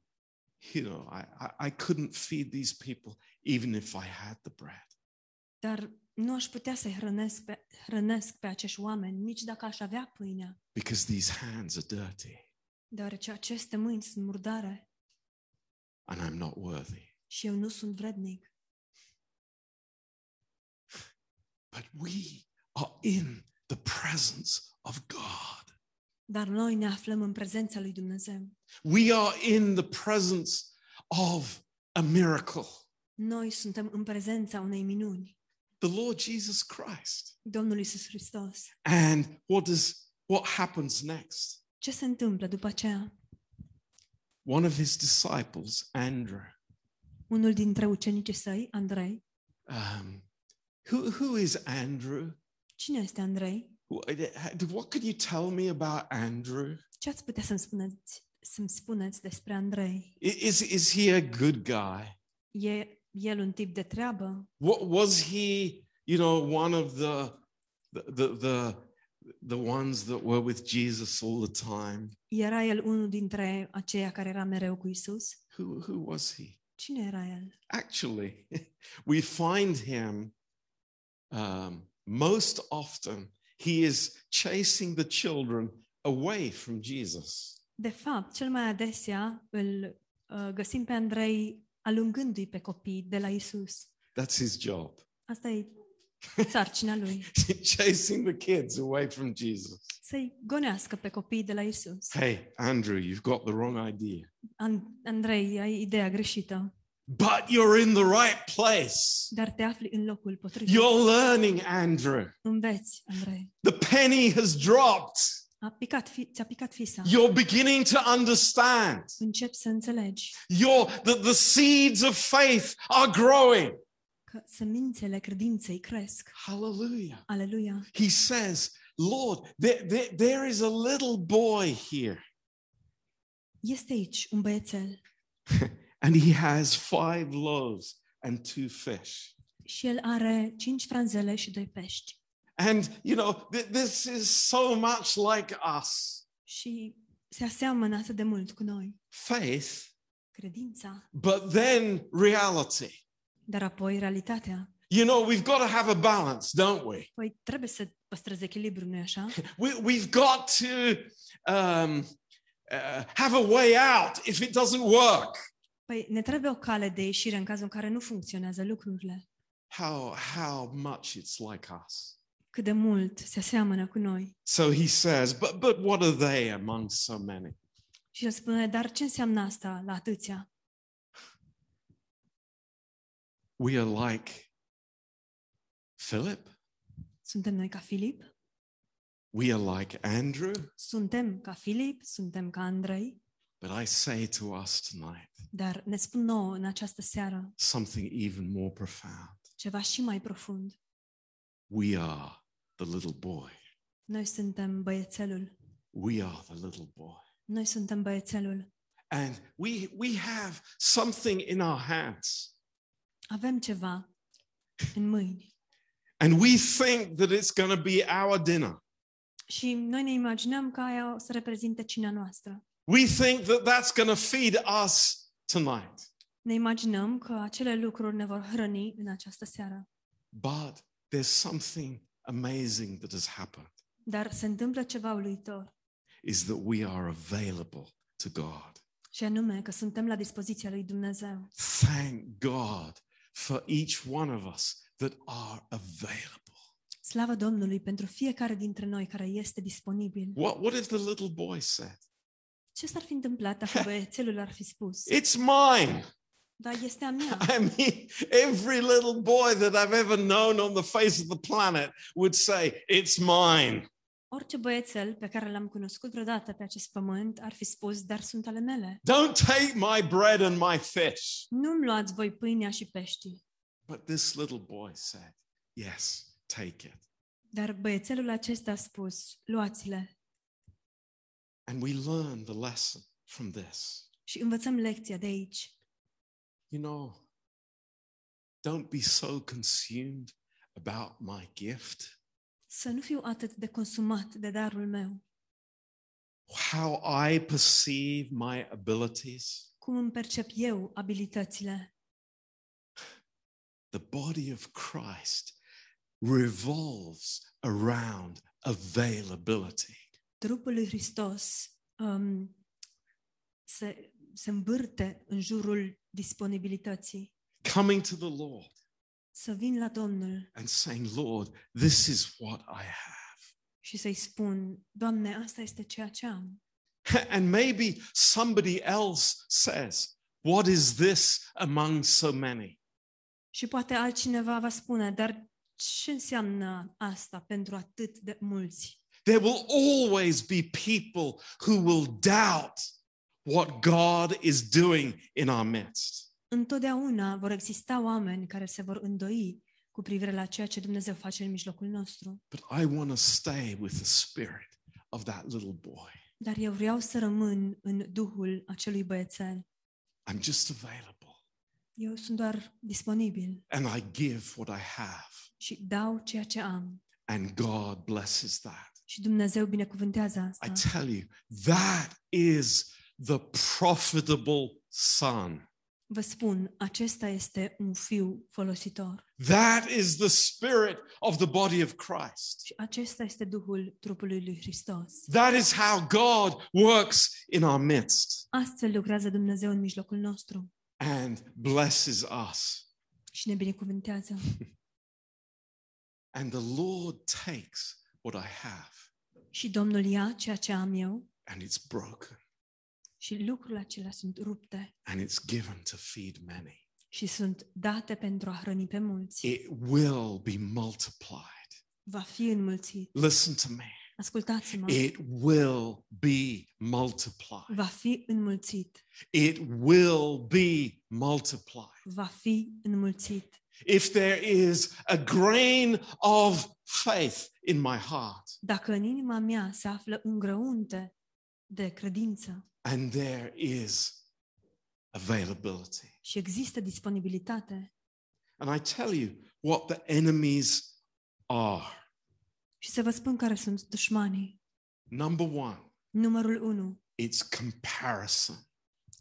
[SPEAKER 1] you know, I, I, I couldn't feed these people even if I had the bread.
[SPEAKER 2] dar nu aș putea să-i hrănesc pe, hrănesc pe acești oameni, nici dacă aș avea pâinea,
[SPEAKER 1] because these hands are dirty
[SPEAKER 2] deoarece aceste mâini sunt murdare
[SPEAKER 1] and I'm not worthy.
[SPEAKER 2] și eu nu sunt vrednic.
[SPEAKER 1] But we are in the presence of God.
[SPEAKER 2] Dar noi ne aflăm în prezența lui Dumnezeu.
[SPEAKER 1] We are in the presence of a miracle,
[SPEAKER 2] Noi suntem în prezența unei minuni,
[SPEAKER 1] the Lord Jesus Christ.
[SPEAKER 2] Domnul Isus Hristos.
[SPEAKER 1] And what does what happens next?
[SPEAKER 2] Ce se întâmplă după aceea?
[SPEAKER 1] One of his disciples, Andrew,
[SPEAKER 2] Unul dintre ucenicii săi, Andrei.
[SPEAKER 1] um, who, who is Andrew?
[SPEAKER 2] Cine este Andrei?
[SPEAKER 1] Wh- eh, What can you tell me about Andrew?
[SPEAKER 2] Ce ați putea să-mi spuneți, să-mi spuneți despre Andrei?
[SPEAKER 1] I- Is, is he a good guy?
[SPEAKER 2] E el un tip de treabă?
[SPEAKER 1] What was he, you know, one of the the the the, the ones that were with Jesus all the time?
[SPEAKER 2] Era el unul dintre aceia care era mereu cu Isus?
[SPEAKER 1] Who who was he?
[SPEAKER 2] Cine era el?
[SPEAKER 1] Actually, we find him um, most often. He is chasing the children away from Jesus.
[SPEAKER 2] De fapt, cel mai adesea îl uh, găsim pe Andrei alungându-i pe copii de la Isus.
[SPEAKER 1] That's his job,
[SPEAKER 2] Asta e sarcina lui,
[SPEAKER 1] chasing the kids away from Jesus.
[SPEAKER 2] să-i gonească pe copii de la Isus.
[SPEAKER 1] Hey, Andrew, you've got the wrong idea,
[SPEAKER 2] An- Andrei, ai ideea greșită,
[SPEAKER 1] but you're in the right place.
[SPEAKER 2] dar te afli în locul potrivit.
[SPEAKER 1] You're learning, Andrew.
[SPEAKER 2] Înveți, Andrei.
[SPEAKER 1] The penny has dropped.
[SPEAKER 2] A picat fi- ți-a picat fisa.
[SPEAKER 1] You're beginning to understand.
[SPEAKER 2] Încep să înțelegi
[SPEAKER 1] Your the, the seeds of faith are growing.
[SPEAKER 2] că semințele credinței cresc.
[SPEAKER 1] Hallelujah.
[SPEAKER 2] Aleluia!
[SPEAKER 1] He says, Lord, there, there, there is a little boy here,
[SPEAKER 2] Este aici un băiețel
[SPEAKER 1] and he has five loaves and two fish.
[SPEAKER 2] și el are cinci franzele și doi pești.
[SPEAKER 1] And you know, th- this is so much like us.
[SPEAKER 2] Și se aseamănă atât de mult cu noi.
[SPEAKER 1] Faith,
[SPEAKER 2] Credința,
[SPEAKER 1] but then reality.
[SPEAKER 2] dar apoi realitatea.
[SPEAKER 1] You know, we've got to have a balance, don't we?
[SPEAKER 2] Păi trebuie să păstrezi echilibru, nu-i așa?
[SPEAKER 1] We, we've got to um, uh, have a way out if it doesn't work.
[SPEAKER 2] Păi ne trebuie o cale de ieșire în cazul în care nu funcționează lucrurile.
[SPEAKER 1] How, how much it's like us.
[SPEAKER 2] Cât de mult se aseamănă cu noi.
[SPEAKER 1] So he says, but, but what are they among so many?
[SPEAKER 2] Și el spune, dar ce înseamnă asta la atâția?
[SPEAKER 1] We are like Philip.
[SPEAKER 2] Suntem noi ca Filip?
[SPEAKER 1] We are like Andrew.
[SPEAKER 2] Suntem ca Filip? Suntem ca Andrei?
[SPEAKER 1] But I say to us tonight
[SPEAKER 2] Dar ne spun nouă în această seară
[SPEAKER 1] something even more profound.
[SPEAKER 2] ceva și mai profund.
[SPEAKER 1] We are the little boy.
[SPEAKER 2] Noi suntem băiețelul.
[SPEAKER 1] We are the little boy.
[SPEAKER 2] Noi suntem băiețelul.
[SPEAKER 1] And we, we have something in our hands.
[SPEAKER 2] Avem ceva în mâini.
[SPEAKER 1] And we think that it's going to be our dinner.
[SPEAKER 2] Și noi ne imaginăm că aia o să reprezinte cina noastră.
[SPEAKER 1] We think that that's going to feed us tonight.
[SPEAKER 2] Ne imaginăm că acele lucruri ne vor hrăni în această seară.
[SPEAKER 1] But there's something amazing that has happened
[SPEAKER 2] Dar se întâmplă ceva uluitor,
[SPEAKER 1] is that we are available to God.
[SPEAKER 2] și anume că suntem la dispoziția lui Dumnezeu.
[SPEAKER 1] Thank God for each one of us that are available.
[SPEAKER 2] Slavă Domnului pentru fiecare dintre noi care este disponibil.
[SPEAKER 1] What, what if the little boy said,
[SPEAKER 2] Ce s-ar fi întâmplat dacă băiețelul ar fi spus?
[SPEAKER 1] It's mine?
[SPEAKER 2] Dar este a mea.
[SPEAKER 1] I mean, every little boy that I've ever known on the face of the planet would say, It's mine.
[SPEAKER 2] Orice băiețel pe care l-am cunoscut vreodată pe acest pământ ar fi spus, dar sunt ale mele.
[SPEAKER 1] Don't take my bread and my fish.
[SPEAKER 2] Nu-mi luați voi pâinea și peștii.
[SPEAKER 1] But this little boy said, Yes, take it.
[SPEAKER 2] Dar băiețelul acesta a spus, luați-le.
[SPEAKER 1] And we learn the lesson from this.
[SPEAKER 2] Și învățăm lecția de aici.
[SPEAKER 1] You know, don't be so consumed about my gift,
[SPEAKER 2] Să nu fiu atât de consumat de darul meu,
[SPEAKER 1] how I perceive my abilities.
[SPEAKER 2] cum îmi percep eu abilitățile.
[SPEAKER 1] The body of Christ revolves around availability.
[SPEAKER 2] Trupul lui Hristos um, se, se învârte în jurul disponibilității.
[SPEAKER 1] Coming to the Lord
[SPEAKER 2] Să vin la Domnul
[SPEAKER 1] and saying, Lord, this is what I
[SPEAKER 2] și să-i spun, Doamne, asta este ceea ce am.
[SPEAKER 1] have. And maybe somebody else says, What is this among so many?
[SPEAKER 2] Și poate altcineva va spune, dar ce înseamnă asta pentru atât de mulți?
[SPEAKER 1] There will always be people who will doubt what God is doing in our midst.
[SPEAKER 2] Întotdeauna vor exista oameni care se vor îndoi cu privire la ceea ce Dumnezeu face în mijlocul nostru,
[SPEAKER 1] But I want to stay with the spirit of that little boy.
[SPEAKER 2] dar eu vreau să rămân în duhul acelui băiețel.
[SPEAKER 1] I'm just available
[SPEAKER 2] Eu sunt doar disponibil
[SPEAKER 1] and I give what I have.
[SPEAKER 2] și dau ceea ce am.
[SPEAKER 1] And God blesses that.
[SPEAKER 2] Și Dumnezeu binecuvântează
[SPEAKER 1] I
[SPEAKER 2] asta.
[SPEAKER 1] tell you, that is the profitable son.
[SPEAKER 2] Vă spun, acesta este un fiu folositor
[SPEAKER 1] That is the spirit of the body of Christ.
[SPEAKER 2] și acesta este duhul trupului lui Hristos.
[SPEAKER 1] That is how God works in our midst
[SPEAKER 2] Astfel lucrează Dumnezeu în mijlocul nostru
[SPEAKER 1] and blesses us.
[SPEAKER 2] și ne binecuvântează.
[SPEAKER 1] And the Lord takes what I have
[SPEAKER 2] Și Domnul ia ceea ce am eu
[SPEAKER 1] and it's broken
[SPEAKER 2] și lucrurile acelea sunt rupte
[SPEAKER 1] and it's given to feed many.
[SPEAKER 2] și sunt date pentru a hrăni pe mulți.
[SPEAKER 1] It will be multiplied.
[SPEAKER 2] Va fi înmulțit.
[SPEAKER 1] Listen to me.
[SPEAKER 2] Ascultați-mă.
[SPEAKER 1] It will be multiplied.
[SPEAKER 2] Va fi înmulțit.
[SPEAKER 1] It will be multiplied.
[SPEAKER 2] Va fi înmulțit.
[SPEAKER 1] If there is a grain of faith in my heart
[SPEAKER 2] Dacă în inima mea se află un grăunte de credință
[SPEAKER 1] and there is availability.
[SPEAKER 2] și există disponibilitate,
[SPEAKER 1] And I tell you what the enemies are.
[SPEAKER 2] și să vă spun care sunt dușmanii.
[SPEAKER 1] Number one,
[SPEAKER 2] Numărul 1,
[SPEAKER 1] it's comparison.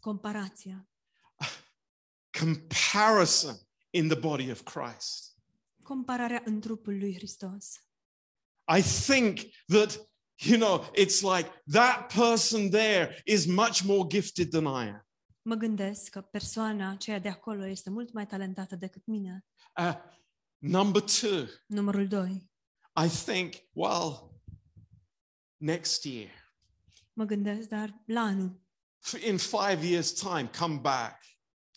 [SPEAKER 2] comparația.
[SPEAKER 1] Comparison in the body of Christ.
[SPEAKER 2] Compararea în trupul lui Hristos.
[SPEAKER 1] I think that, you know, it's like that person there is much more gifted than I am.
[SPEAKER 2] Mă gândesc că persoana aceea de acolo este mult mai talentată decât mine.
[SPEAKER 1] Uh, number two,
[SPEAKER 2] Numărul 2,
[SPEAKER 1] I think, well, next year,
[SPEAKER 2] mă gândesc, dar la anul
[SPEAKER 1] f- in five years' time, come back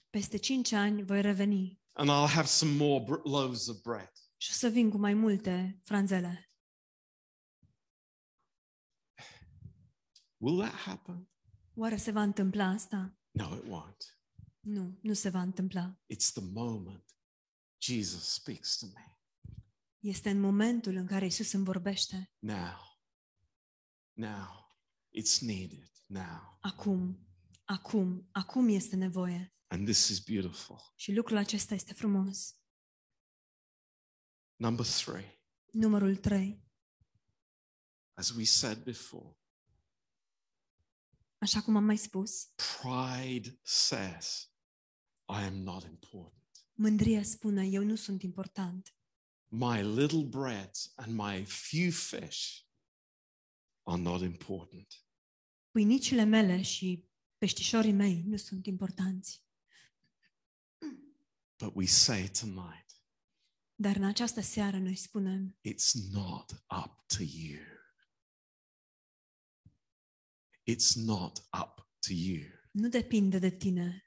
[SPEAKER 2] Peste cinci ani voi reveni
[SPEAKER 1] and I'll have some more br- loaves of bread.
[SPEAKER 2] și o să vin cu mai multe franzele.
[SPEAKER 1] Will that happen?
[SPEAKER 2] Oare se va întâmpla asta?
[SPEAKER 1] No, it won't.
[SPEAKER 2] Nu, nu se va întâmpla.
[SPEAKER 1] It's the moment Jesus speaks to me.
[SPEAKER 2] Este în momentul în care Isus îmi vorbește.
[SPEAKER 1] Now, now, it's needed now.
[SPEAKER 2] Acum, acum, acum este nevoie.
[SPEAKER 1] And this is beautiful.
[SPEAKER 2] Și lucrul acesta este frumos.
[SPEAKER 1] Number three,
[SPEAKER 2] Numărul 3.
[SPEAKER 1] as we said before,
[SPEAKER 2] Așa cum am mai spus,
[SPEAKER 1] pride says, I am not important.
[SPEAKER 2] mândria spune, eu nu sunt important.
[SPEAKER 1] My little breads and my few fish are not important.
[SPEAKER 2] Pâinicile mele și peștișorii mei nu sunt importanți.
[SPEAKER 1] But we say tonight,
[SPEAKER 2] Dar în această seară noi spunem,
[SPEAKER 1] it's not up to you. It's not up to you.
[SPEAKER 2] nu depinde de tine,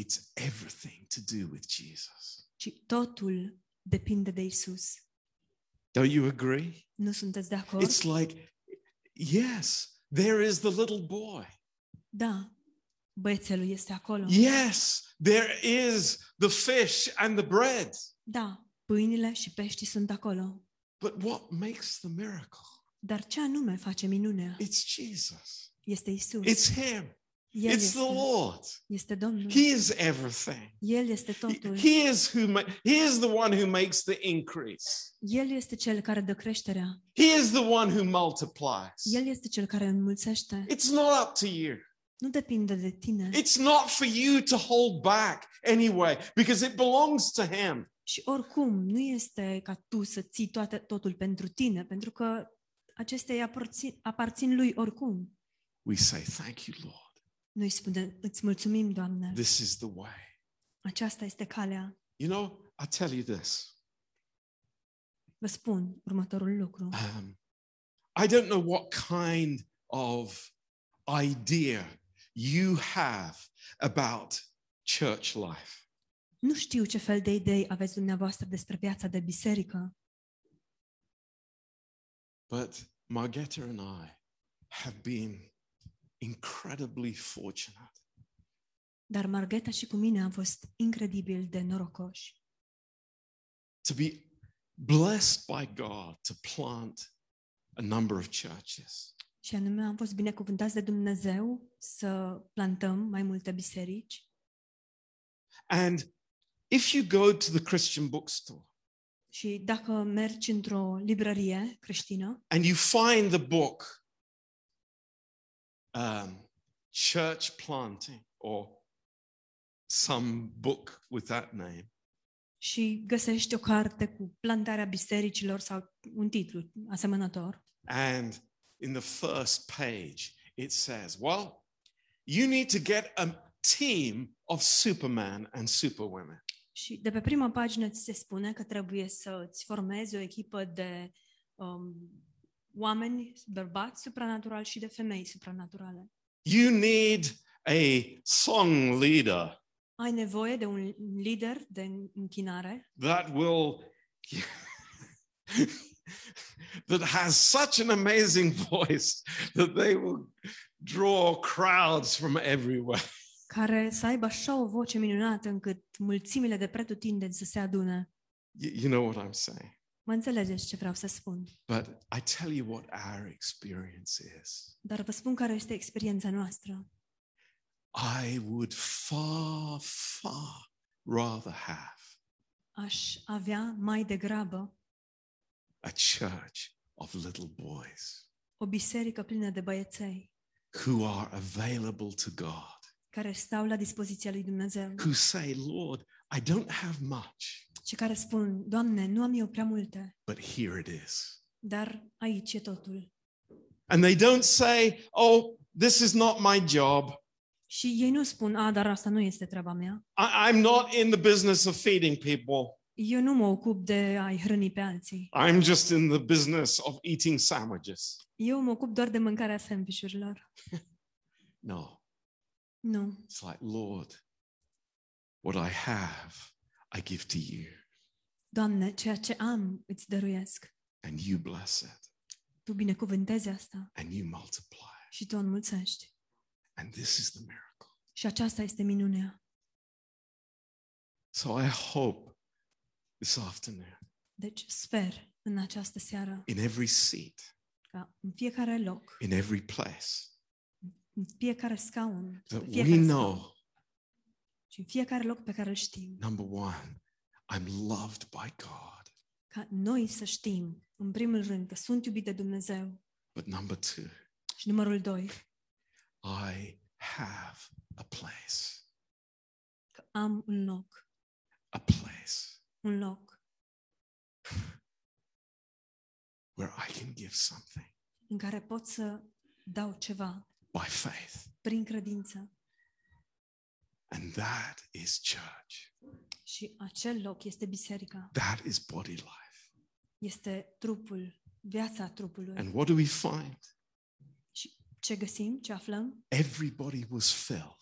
[SPEAKER 1] It's everything to do with Jesus.
[SPEAKER 2] ci totul depinde de Isus.
[SPEAKER 1] Don't you agree?
[SPEAKER 2] Nu sunteți de acord?
[SPEAKER 1] It's like, yes, there is the little boy.
[SPEAKER 2] Da, Băiețelul este acolo.
[SPEAKER 1] Yes, there is the fish and the bread.
[SPEAKER 2] Da, pâinile și peștii sunt acolo.
[SPEAKER 1] But what makes the miracle?
[SPEAKER 2] Dar ce anume face minunea?
[SPEAKER 1] It's Jesus.
[SPEAKER 2] Este Isus.
[SPEAKER 1] It's Him.
[SPEAKER 2] El
[SPEAKER 1] It's
[SPEAKER 2] este,
[SPEAKER 1] the Lord.
[SPEAKER 2] este Domnul.
[SPEAKER 1] He is everything.
[SPEAKER 2] El este
[SPEAKER 1] He,
[SPEAKER 2] totul.
[SPEAKER 1] he is who ma- He is the one who makes the increase.
[SPEAKER 2] El este cel care dă creșterea.
[SPEAKER 1] He is the one who multiplies.
[SPEAKER 2] El este cel care înmulțește.
[SPEAKER 1] It's not up to you.
[SPEAKER 2] Nu depinde de tine.
[SPEAKER 1] It's not for you to hold back anyway because it belongs to Him.
[SPEAKER 2] Și oricum, nu este ca tu să ții toate, totul pentru tine, pentru că acestea îi aparțin, aparțin lui oricum.
[SPEAKER 1] We say, Thank you, Lord.
[SPEAKER 2] Noi spunem, îți mulțumim, Doamne.
[SPEAKER 1] This is the way.
[SPEAKER 2] Aceasta este calea.
[SPEAKER 1] You know, I tell you this.
[SPEAKER 2] Vă spun următorul lucru.
[SPEAKER 1] Um, I don't know what kind of idea you have about church life.
[SPEAKER 2] Nu știu ce fel de idei aveți dumneavoastră despre viața de biserică,
[SPEAKER 1] But Margetta and I have been incredibly fortunate.
[SPEAKER 2] dar Margheta și cu mine am fost incredibil de norocoși
[SPEAKER 1] to be blessed by God to plant a number of churches.
[SPEAKER 2] și anume am fost binecuvântați de Dumnezeu să plantăm mai multe biserici.
[SPEAKER 1] And if you go to the Christian bookstore
[SPEAKER 2] Și dacă mergi într-o librărie creștină
[SPEAKER 1] and you find the book um, Church Planting or some book with that name,
[SPEAKER 2] și găsești o carte cu plantarea bisericilor sau un titlu asemănător
[SPEAKER 1] and in the first page it says, Well, you need to get a team of Superman and Superwomen.
[SPEAKER 2] și de pe prima pagină ți se spune că trebuie să îți formezi o echipă de um, oameni, bărbați supranaturali și de femei supranaturale.
[SPEAKER 1] You need a song leader
[SPEAKER 2] Ai nevoie de un lider de închinare
[SPEAKER 1] that will that has such an amazing voice that they will draw crowds from everywhere
[SPEAKER 2] care să aibă așa o voce minunată încât mulțimile de pretutindeni să se adune.
[SPEAKER 1] Y- you know what i'm saying
[SPEAKER 2] Mă înțelegeți ce vreau să spun?
[SPEAKER 1] but i tell you what our experience is
[SPEAKER 2] Dar vă spun care este experiența noastră.
[SPEAKER 1] i would far far rather have
[SPEAKER 2] Aș avea mai degrabă
[SPEAKER 1] a church of little boys
[SPEAKER 2] o biserică plină de băieței
[SPEAKER 1] who are available to god
[SPEAKER 2] care stau la dispoziția lui Dumnezeu
[SPEAKER 1] who say lord i don't have much
[SPEAKER 2] și care spun, Doamne, nu am eu prea multe,
[SPEAKER 1] but here it is
[SPEAKER 2] dar aici e totul.
[SPEAKER 1] And they don't say, oh, this is not my job.
[SPEAKER 2] Și ei nu spun, a, dar asta nu este treaba mea.
[SPEAKER 1] I- am not in the business of feeding people.
[SPEAKER 2] Eu nu mă ocup de a-i hrăni pe alții.
[SPEAKER 1] I'm just in the business of eating sandwiches.
[SPEAKER 2] Eu mă ocup doar de mâncarea sandvișurilor.
[SPEAKER 1] No,
[SPEAKER 2] Nu.
[SPEAKER 1] it's like, Lord, what I have, I give to you,
[SPEAKER 2] Doamne, ceea ce am îți dăruiesc.
[SPEAKER 1] and you bless it,
[SPEAKER 2] Tu binecuvântezi asta
[SPEAKER 1] and you multiply.
[SPEAKER 2] și tu o înmulțești.
[SPEAKER 1] And this is the miracle.
[SPEAKER 2] Și aceasta este minunea.
[SPEAKER 1] So I hope this afternoon,
[SPEAKER 2] Deci sper în această seară
[SPEAKER 1] in every seat,
[SPEAKER 2] ca în fiecare loc,
[SPEAKER 1] in every place,
[SPEAKER 2] în fiecare scaun, pe
[SPEAKER 1] that
[SPEAKER 2] fiecare
[SPEAKER 1] we
[SPEAKER 2] scaun
[SPEAKER 1] know
[SPEAKER 2] și în fiecare loc pe care îl știm,
[SPEAKER 1] number one, I'm loved by God.
[SPEAKER 2] ca noi să știm, în primul rând, că sunt iubit de Dumnezeu
[SPEAKER 1] But number two,
[SPEAKER 2] și numărul doi,
[SPEAKER 1] I have a place,
[SPEAKER 2] că am un loc,
[SPEAKER 1] a place
[SPEAKER 2] un loc
[SPEAKER 1] where I can give something
[SPEAKER 2] în care pot să dau ceva
[SPEAKER 1] by faith.
[SPEAKER 2] prin credință
[SPEAKER 1] And that is church.
[SPEAKER 2] și acel loc este biserica,
[SPEAKER 1] That is body life.
[SPEAKER 2] este trupul, viața trupului.
[SPEAKER 1] And what do we find?
[SPEAKER 2] Și ce găsim, ce aflăm?
[SPEAKER 1] Everybody was filled.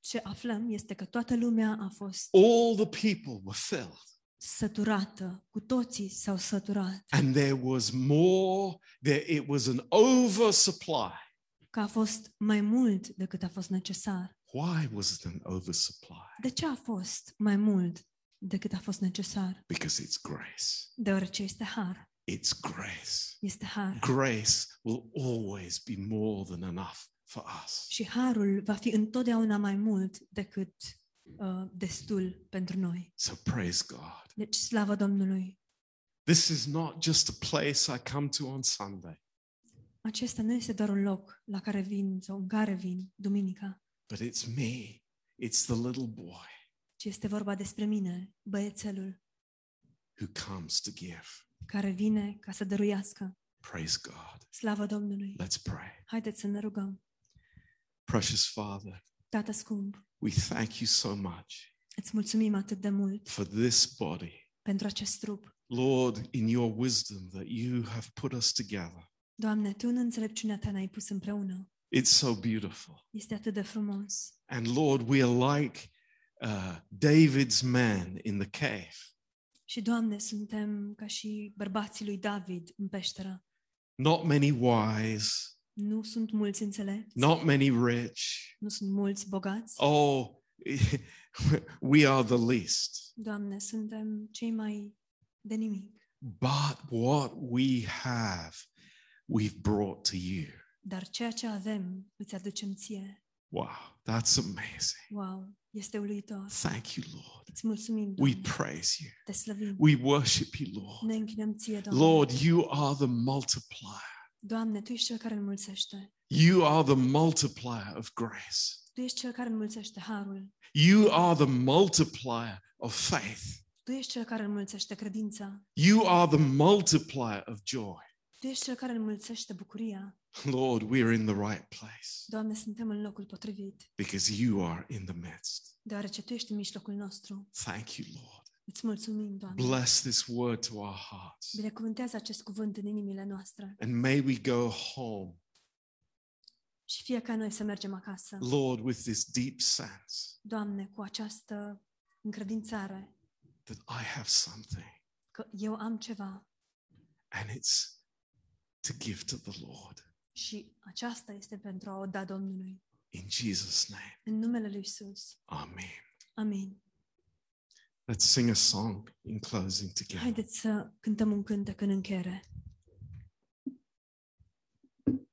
[SPEAKER 2] Ce aflăm este că toată lumea a fost
[SPEAKER 1] All the people were filled.
[SPEAKER 2] săturată, cu toții s-au săturat
[SPEAKER 1] And there was more, there it was an oversupply
[SPEAKER 2] că a fost mai mult decât a fost necesar.
[SPEAKER 1] Why was it an oversupply?
[SPEAKER 2] De ce a fost mai mult decât a fost necesar?
[SPEAKER 1] Because it's grace.
[SPEAKER 2] Deoarece este har.
[SPEAKER 1] It's grace.
[SPEAKER 2] Este har.
[SPEAKER 1] Grace will always be more than enough for us.
[SPEAKER 2] Și harul va fi întotdeauna mai mult decât uh, destul pentru noi.
[SPEAKER 1] So praise God.
[SPEAKER 2] Deci slavă Domnului.
[SPEAKER 1] This is not just a place I come to on Sunday,
[SPEAKER 2] Acesta nu este doar un loc la care vin sau în care vin duminica,
[SPEAKER 1] but it's me. It's the little boy
[SPEAKER 2] ci este vorba despre mine, băiețelul,
[SPEAKER 1] who comes to give.
[SPEAKER 2] care vine ca să dăruiască.
[SPEAKER 1] Praise God.
[SPEAKER 2] Slavă Domnului!
[SPEAKER 1] Let's pray.
[SPEAKER 2] Haideți să ne rugăm.
[SPEAKER 1] Precious Father,
[SPEAKER 2] Tată scump,
[SPEAKER 1] we thank you so much
[SPEAKER 2] îți mulțumim atât de mult
[SPEAKER 1] for this body.
[SPEAKER 2] pentru acest trup.
[SPEAKER 1] Lord, in your wisdom that you have put us together.
[SPEAKER 2] Doamne, Tu în înțelepciunea Ta ne-ai pus împreună.
[SPEAKER 1] It's so beautiful.
[SPEAKER 2] Este atât de frumos.
[SPEAKER 1] And Lord, we are like uh, David's man in the cave.
[SPEAKER 2] Și, Doamne, suntem ca și bărbații lui David în peșteră.
[SPEAKER 1] Not many wise,
[SPEAKER 2] Nu sunt mulți înțelepți,
[SPEAKER 1] not many rich.
[SPEAKER 2] nu sunt mulți bogați.
[SPEAKER 1] Oh, we are the least.
[SPEAKER 2] Doamne, suntem cei mai de nimic.
[SPEAKER 1] But what we have, we've brought to you.
[SPEAKER 2] Dar ceea ce avem îți aducem ție.
[SPEAKER 1] Wow, that's amazing.
[SPEAKER 2] Wow, este uluitor.
[SPEAKER 1] Thank you, Lord.
[SPEAKER 2] Îți mulțumim,
[SPEAKER 1] We
[SPEAKER 2] Doamne.
[SPEAKER 1] praise you.
[SPEAKER 2] Te slăvim.
[SPEAKER 1] We worship you, Lord.
[SPEAKER 2] Ne închinăm ție, Doamne.
[SPEAKER 1] Lord, you are the multiplier.
[SPEAKER 2] Doamne, Tu ești Cel care înmulțește.
[SPEAKER 1] You are the multiplier of grace.
[SPEAKER 2] Tu ești Cel care înmulțește harul.
[SPEAKER 1] You are the multiplier of faith.
[SPEAKER 2] Tu ești Cel care înmulțește credința.
[SPEAKER 1] You are the multiplier of joy.
[SPEAKER 2] Tu ești Cel care înmulțește bucuria.
[SPEAKER 1] Lord, we're in the right place
[SPEAKER 2] Doamne, suntem în locul potrivit,
[SPEAKER 1] because you are in the midst.
[SPEAKER 2] deoarece Tu ești în mijlocul nostru.
[SPEAKER 1] Thank you, Lord.
[SPEAKER 2] Îți mulțumim, Doamne.
[SPEAKER 1] Bless this word to our hearts.
[SPEAKER 2] Binecuvântează acest cuvânt în inimile noastre
[SPEAKER 1] And may we go home,
[SPEAKER 2] și fie ca noi să mergem acasă.
[SPEAKER 1] Lord, with this deep sense
[SPEAKER 2] Doamne, cu această încredințare
[SPEAKER 1] that I have something
[SPEAKER 2] că eu am ceva
[SPEAKER 1] and it's to give to the Lord.
[SPEAKER 2] și aceasta este pentru a o da Domnului.
[SPEAKER 1] In Jesus' name,
[SPEAKER 2] În numele Lui Isus.
[SPEAKER 1] Amen.
[SPEAKER 2] Amin.
[SPEAKER 1] Let's sing a song in closing together.
[SPEAKER 2] Haideți să cântăm un cântec în încheiere.